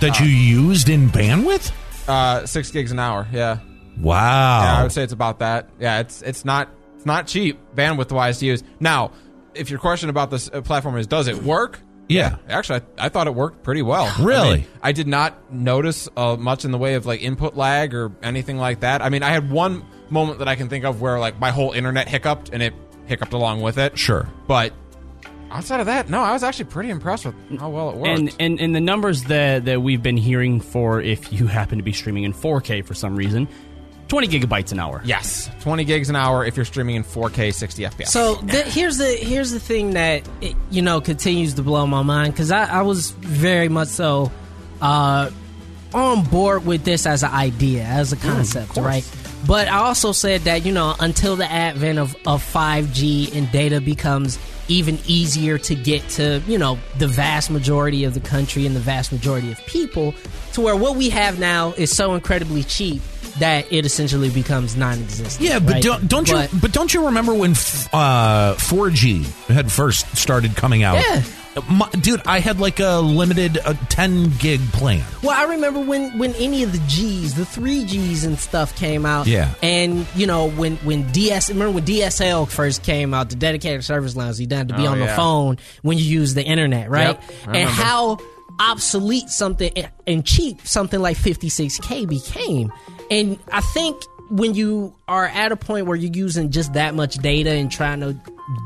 that you used in bandwidth?
uh, six gigs an hour. Yeah.
Wow.
Yeah, I would say it's about that. Yeah, it's it's not it's not cheap bandwidth wise to use. Now, if your question about this uh, platform is does it work?
Yeah.
Actually, I, I thought it worked pretty well.
Really?
I, mean, I did not notice uh, much in the way of like input lag or anything like that. I mean, I had one moment that I can think of where like my whole internet hiccuped and it hiccuped along with it.
Sure.
But outside of that, no, I was actually pretty impressed with how well it worked.
And, and and the numbers that that we've been hearing for if you happen to be streaming in 4K for some reason, 20 gigabytes an hour.
yes, 20 gigs an hour if you're streaming in 4K 60 FPS.
So th- here's the here's the thing that it, you know continues to blow my mind because I, I was very much so uh, on board with this as an idea, as
Mm,
a concept, right? But I also said that you know until the advent of of five G and data becomes even easier to get to you know the vast majority of the country and the vast majority of people to where what we have now is so incredibly cheap that it essentially becomes non-existent
Yeah, but
right?
don't don't
But-
you but don't you remember when f- uh, 4G had first started coming out?
Yeah.
My, dude, I had like a limited uh, 10 gig plan.
Well, I remember when when any of the G's, the three G's and stuff came out.
Yeah.
And you know when when DS, remember when DSL first came out, the dedicated service lines, you had to be
Oh,
on the
yeah.
phone when you use the internet, right?
Yep, I
and
remember.
how obsolete something eh, and cheap something like 56k became. And I think when you are at a point where you're using just that much data and trying to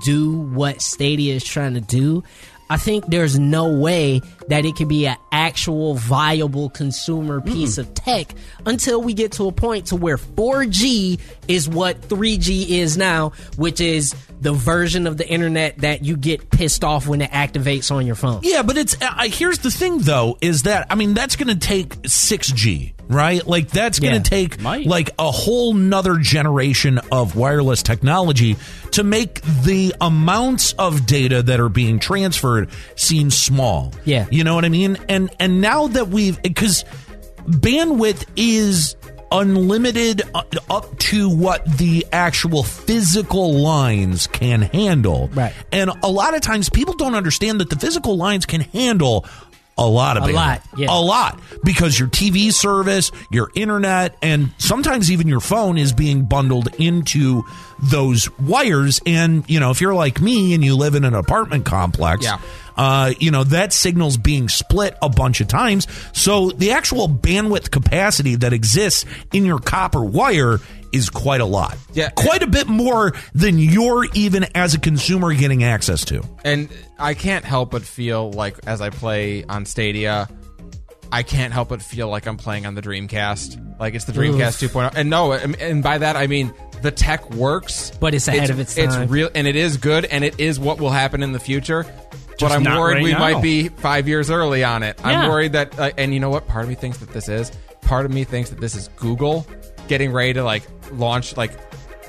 do what Stadia is trying to do, I think there's no way that it could be an actual viable consumer piece of tech until we get to a point to where 4G is what 3G is now, which is the version of the internet that you get pissed off when it activates on your phone.
Yeah, but it's uh, I, here's the thing though is that I mean that's going to take 6G, right? Like that's going to
Yeah,
take
might.
like a whole nother generation of wireless technology to make the amounts of data that are being transferred seem small.
Yeah.
you know what I mean. And and now that we've because bandwidth is unlimited u- up to what the actual physical lines can handle.
Right.
And a lot of times people don't understand that the physical lines can handle a lot of
A
bandwidth.
lot, yeah.
A lot because your TV service, your internet, and sometimes even your phone is being bundled into those wires. And, you know, if you're like me and you live in an apartment complex,
Yeah.
uh, you know, that signal's being split a bunch of times. So the actual bandwidth capacity that exists in your copper wire is quite a lot.
Yeah.
Quite a bit more than you're even as a consumer getting access to.
and I can't help but feel like as I play on Stadia, I can't help but feel like I'm playing on the Dreamcast. Like it's the Dreamcast 2.0. And no, I mean- and by that I mean the tech works,
But it's ahead of its time.
It's real and it is good and it is what will happen in the future. but I'm
not
worried
right
we
now.
might be 5 years early on it.
Yeah.
I'm worried that uh, and you know what? Part of me thinks that this is. Part of me thinks that this is Google getting ready to like launch like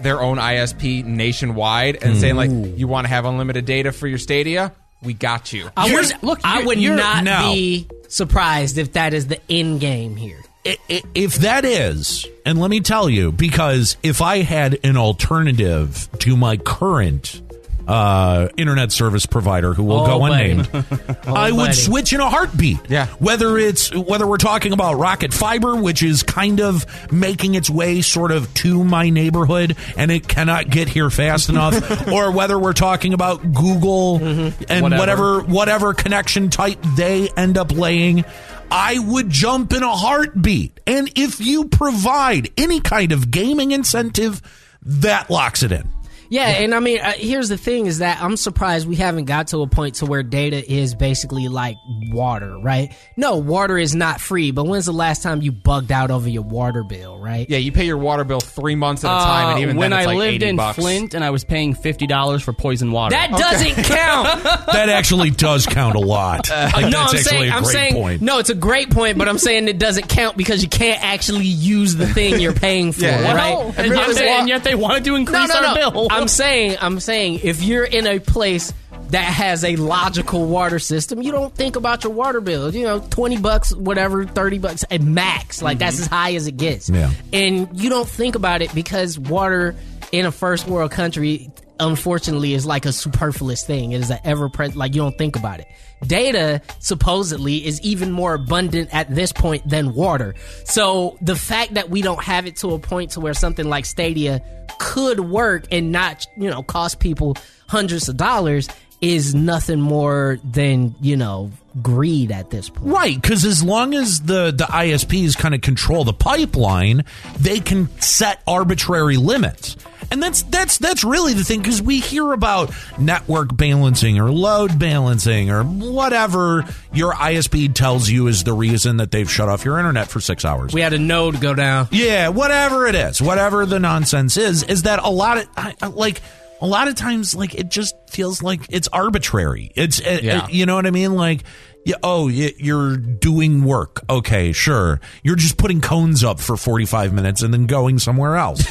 their own ISP nationwide and saying like
Hmm.
you want to have unlimited data for your Stadia? We got you.
I
Here's-
would,
look,
I
you're-
would
you're-
not
no.
be surprised if that is the end game here.
I- i- if that is, and let me tell you, because if I had an alternative to my current uh, internet service provider, who will
Oh,
go
buddy.
unnamed, I would
buddy.
switch in a heartbeat.
Yeah.
Whether it's whether we're talking about Rocket Fiber, which is kind of making its way sort of to my neighborhood, and it cannot get here fast enough, or whether we're talking about Google
Mm-hmm.
and
Whatever.
whatever whatever connection type they end up laying, I would jump in a heartbeat. And if you provide any kind of gaming incentive, that locks it in.
Yeah, and I mean, uh, here's the thing: is that I'm surprised we haven't got to a point to where data is basically like water, right? No, water is not free. But when's the last time you bugged out over your water bill, right?
Yeah, you pay your water bill three months at a time, and
Uh,
even
when
then, it's
I
like
lived
80
in
bucks.
Flint and I was paying fifty dollars for poison water.
That doesn't count.
That actually does count a lot. Like,
no,
that's
I'm
actually
saying,
a
I'm
great
saying,
point.
no, it's a great point, but I'm saying it doesn't count because you can't actually use the thing you're paying for,
Yeah, yeah.
right?
No, and, yet
I'm
they,
saying-
and yet they wanted to increase our bill.
I'm saying, I'm saying, if you're in a place that has a logical water system, you don't think about your water bill. You know, 20 bucks, whatever, 30 bucks at max. Like, that's as high as it gets.
Yeah.
And you don't think about it because water in a first world country, unfortunately, is like a superfluous thing. It is an ever present, like, you don't think about it. Data supposedly is even more abundant at this point than water. So the fact that we don't have it to a point to where something like Stadia could work and not, you know, cost people hundreds of dollars is nothing more than, you know, greed at this point.
Right, because as long as the, the ISPs kind of control the pipeline, they can set arbitrary limits. And that's that's that's really the thing because we hear about network balancing or load balancing or whatever your ISP tells you is the reason that they've shut off your internet for six hours.
We had a node go down.
Yeah, whatever it is, whatever the nonsense is, is that a lot of I, I- like a lot of times like it just feels like it's arbitrary. It's uh,
Yeah.
uh, you know what I mean? Like yeah, oh, y- you're doing work. Okay, sure. You're just putting cones up for 45 minutes and then going somewhere else.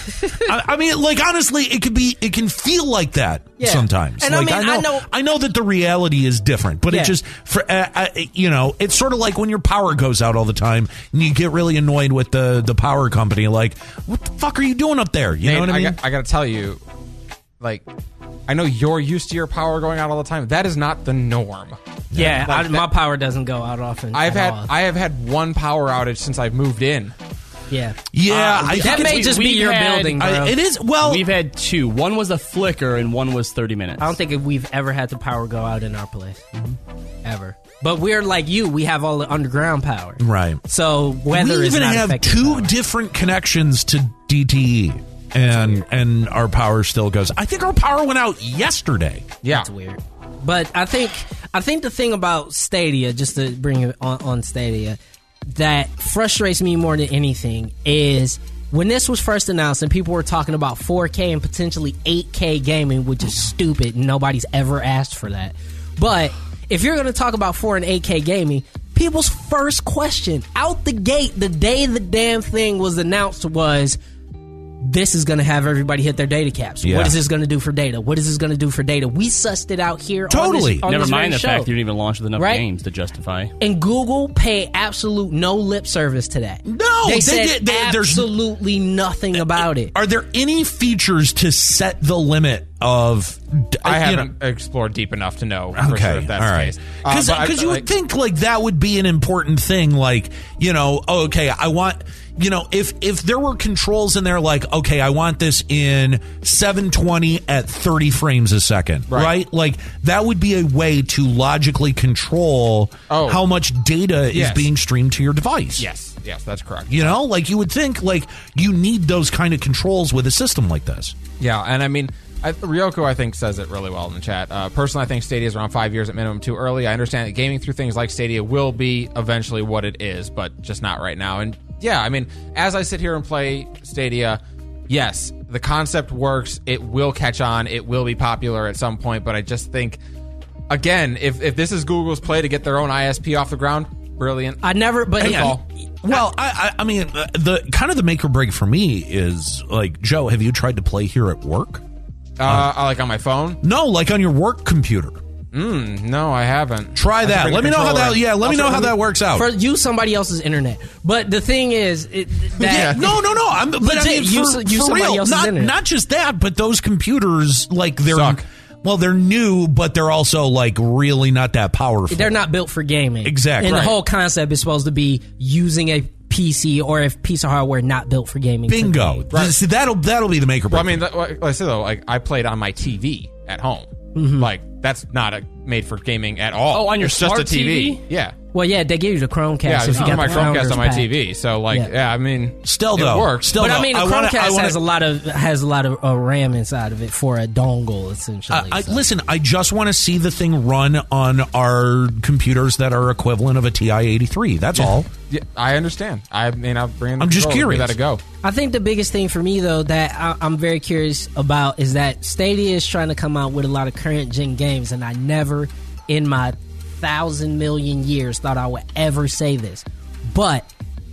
I, I mean, like honestly, it could be it can feel like that
Yeah.
sometimes.
And I
like
mean, I know-
I know that the reality is different, but
Yeah.
it just for uh, uh, you know, it's sort of like when your power goes out all the time and you get really annoyed with the the power company. Like, what the fuck are you doing up there? You know
Man,
what I mean?
got, I got to tell you, like, I know you're used to your power going out all the time. That is not the norm.
Yeah,
Like
I,
that-
my power doesn't go out often.
I've
at
had
all.
I have had one power outage since I've moved in.
yeah.
yeah, I
uh, that
think
may
it's-
just be
we've
your
had-
building, bro.
I-
I,
it is well.
We've had two. One was a flicker, and one was thirty minutes.
don't think we've ever had the power go out in our place,
Mm-hmm.
ever. But we're like you; we have all the underground power,
Right.
So weather
we
is
even
not
have
affecting
two
power.
different connections to DTE, and and our power still goes. I think our power went out yesterday.
Yeah,
That's weird. But I think I think the thing about Stadia, just to bring it on, on Stadia, that frustrates me more than anything is when this was first announced and people were talking about 4K and potentially 8K gaming, which is stupid. and Nobody's ever asked for that. But if you're going to talk about 4 and 8K gaming, people's first question out the gate the day the damn thing was announced was this is going to have everybody hit their data caps.
Yeah.
What is this going to do for data? What is this going to do for data? We sussed it out here. On
Totally.
this, on
Never
this
mind
very
the
show.
fact that you didn't even launch with enough
Right?
games to justify.
And Google paid absolute no lip service to that.
No,
they,
they
said
did- they- there's-
absolutely nothing about it.
Are there any features to set the limit of?
I
you know-
haven't explored deep enough to know. For
Okay,
sure if that's
all
the
right.
case. Uh,
Because
but I-
you
like-
would think like that would be an important thing. Like you know, oh, okay, I want you know if if there were controls in there, like okay, I want this in 720 at 30 frames a second, right?
Right.
Like that would be a way to logically control
Oh.
how much data
Yes.
is being streamed to your device.
yes, yes, that's correct.
You know, like you would think, like you need those kind of controls with a system like this.
Yeah, and I mean, I, Ryoko, I think, says it really well in the chat. Uh, personally, I think Stadia is around five years at minimum too early. I understand that gaming through things like Stadia will be eventually what it is, but just not right now. And yeah, I mean, as I sit here and play Stadia, yes, the concept works. It will catch on. It will be popular at some point, but I just think, again, if, if this is Google's play to get their own ISP off the ground, brilliant.
I never, but
Hang on.
Well, I, I, I mean, uh, the kind of the make or break for me is like, Joe, have you tried to play here at work?
Uh, I like on my phone?
No, like on your work computer.
No, I haven't.
Try
I should
that.
bring a
Let me know how
controller
that.
in.
Yeah, let me
Also,
know how
me-
that works out.
for use somebody else's internet. But the thing is, it, that
No, no, no. I'm, but I
Legit,
mean,
use-
for,
use
for
somebody
real,
else's
not
internet.
not just that, but those computers, like they're
Suck.
well, they're new, but they're also like really not that powerful.
they're not built for gaming.
Exactly.
And
Right.
the whole concept is supposed to be using a PC or a piece of hardware not built for gaming. to
bingo.
game.
See, that'll that'll be the make or break.
Well, I mean, that, like I said though, like I played on my TV at home.
Mm-hmm.
Like that's not a, made for gaming at all.
Oh, on your
it's just a
smart
TV.
TV?
Yeah,
Well, yeah, they give you the Chromecast.
yeah. I
if
just
you
put
got
my
the
Chromecast
Founders
on my
Pack.
TV. So like,
Yeah.
yeah, I mean,
still
it
though,
works.
Still,
But
though,
I mean, the
wanna-
Chromecast
wanna-
has a lot of has a lot of uh, RAM inside of it for a dongle, essentially.
I, I,
so.
listen, I just want to see the thing run on our computers that are equivalent of a TI 83. That's all.
Yeah, I understand. I mean, I'll bring. in the
I'm just
controller,
curious.
Give that a go.
I think the biggest thing for me though that I, I'm very curious about is that Stadia is trying to come out with a lot of current gen games, and I never in my thousand million years thought I would ever say this, but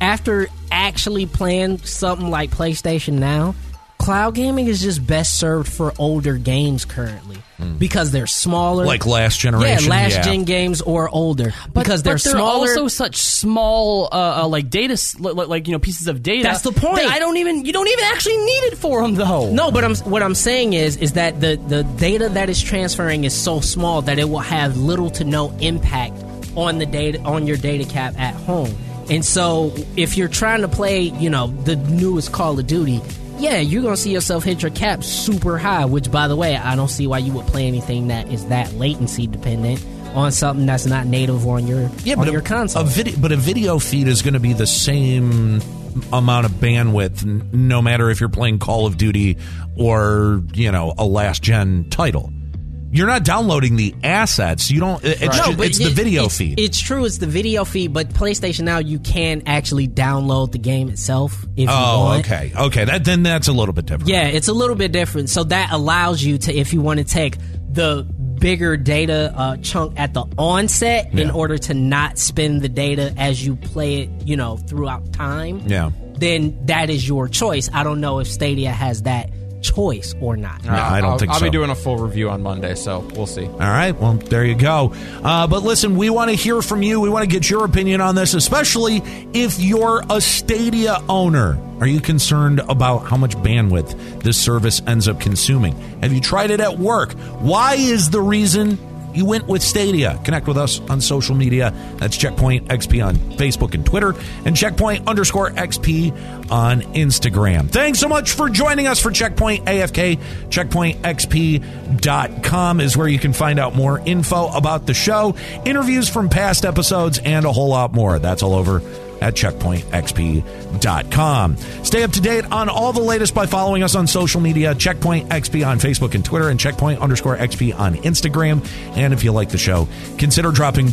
after actually playing something like PlayStation Now, cloud gaming is just best served for older games currently because they're smaller,
Hmm. Like last generation,
yeah, last
yeah.
gen games or older because they're
but they're
smaller.
also such small, uh, uh, like data, s- li- li- like you know, pieces of data.
That's the point.
that I don't even. You don't even actually need it for them,
Oh.
though.
no, but I'm, what I'm saying is is that the the data that is transferring is so small that it will have little to no impact on the data on your data cap at home. And so if you're trying to play, you know, the newest Call of Duty, yeah, you're going to see yourself hit your cap super high, which by the way, I don't see why you would play anything that is that latency dependent on something that's not native on your
Yeah,
on
but
your
a,
console.
A video, but a video feed is going to be the same amount of bandwidth, n- no matter if you're playing Call of Duty or you know a last gen title. You're not downloading the assets. You don't. it- It's, ju-
but
it's the
it-
video
it's-
feed.
It's true, it's the video feed, but PlayStation Now you can actually download the game itself if you
oh,
want.
okay, okay. That then that's a little bit different.
Yeah, it's a little bit different. So that allows you to, if you want to take the bigger data uh, chunk at the onset in
Yeah.
order to not spend the data as you play it, you know, throughout time.
Yeah.
Then that is your choice. I don't know if Stadia has that choice or not.
No, I don't
I'll,
think
I'll
so.
be doing a full review on Monday, so we'll see.
All right. Well, there you go. Uh, but listen, we want to hear from you. We want to get your opinion on this, especially if you're a Stadia owner. Are you concerned about how much bandwidth this service ends up consuming? Have you tried it at work? Why is the reason you went with Stadia? Connect with us on social media. That's Checkpoint XP on Facebook and Twitter, and Checkpoint underscore XP on Instagram. Thanks so much for joining us for Checkpoint AFK. CheckpointXP.com is where you can find out more info about the show, interviews from past episodes, and a whole lot more. That's all over at checkpointxp.com. Stay up to date on all the latest by following us on social media, Checkpoint XP on Facebook and Twitter, and Checkpoint underscore XP on Instagram. And if you like the show, consider dropping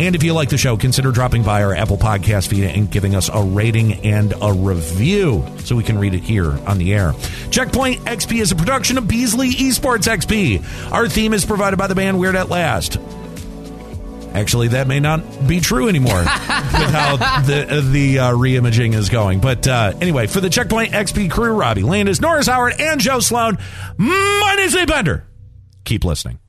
and if you like the show, consider dropping by our Apple Podcast feed and giving us a rating and a review so we can read it here on the air. Checkpoint XP is a production of Beasley Esports XP. Our theme is provided by the band Weird at Last. Actually, that may not be true anymore with how the the uh, reimaging is going. But uh, anyway, for the Checkpoint XP crew, Robbie Landis, Norris Howard, and Joe Sloan, my name's Nate Bender. Keep listening.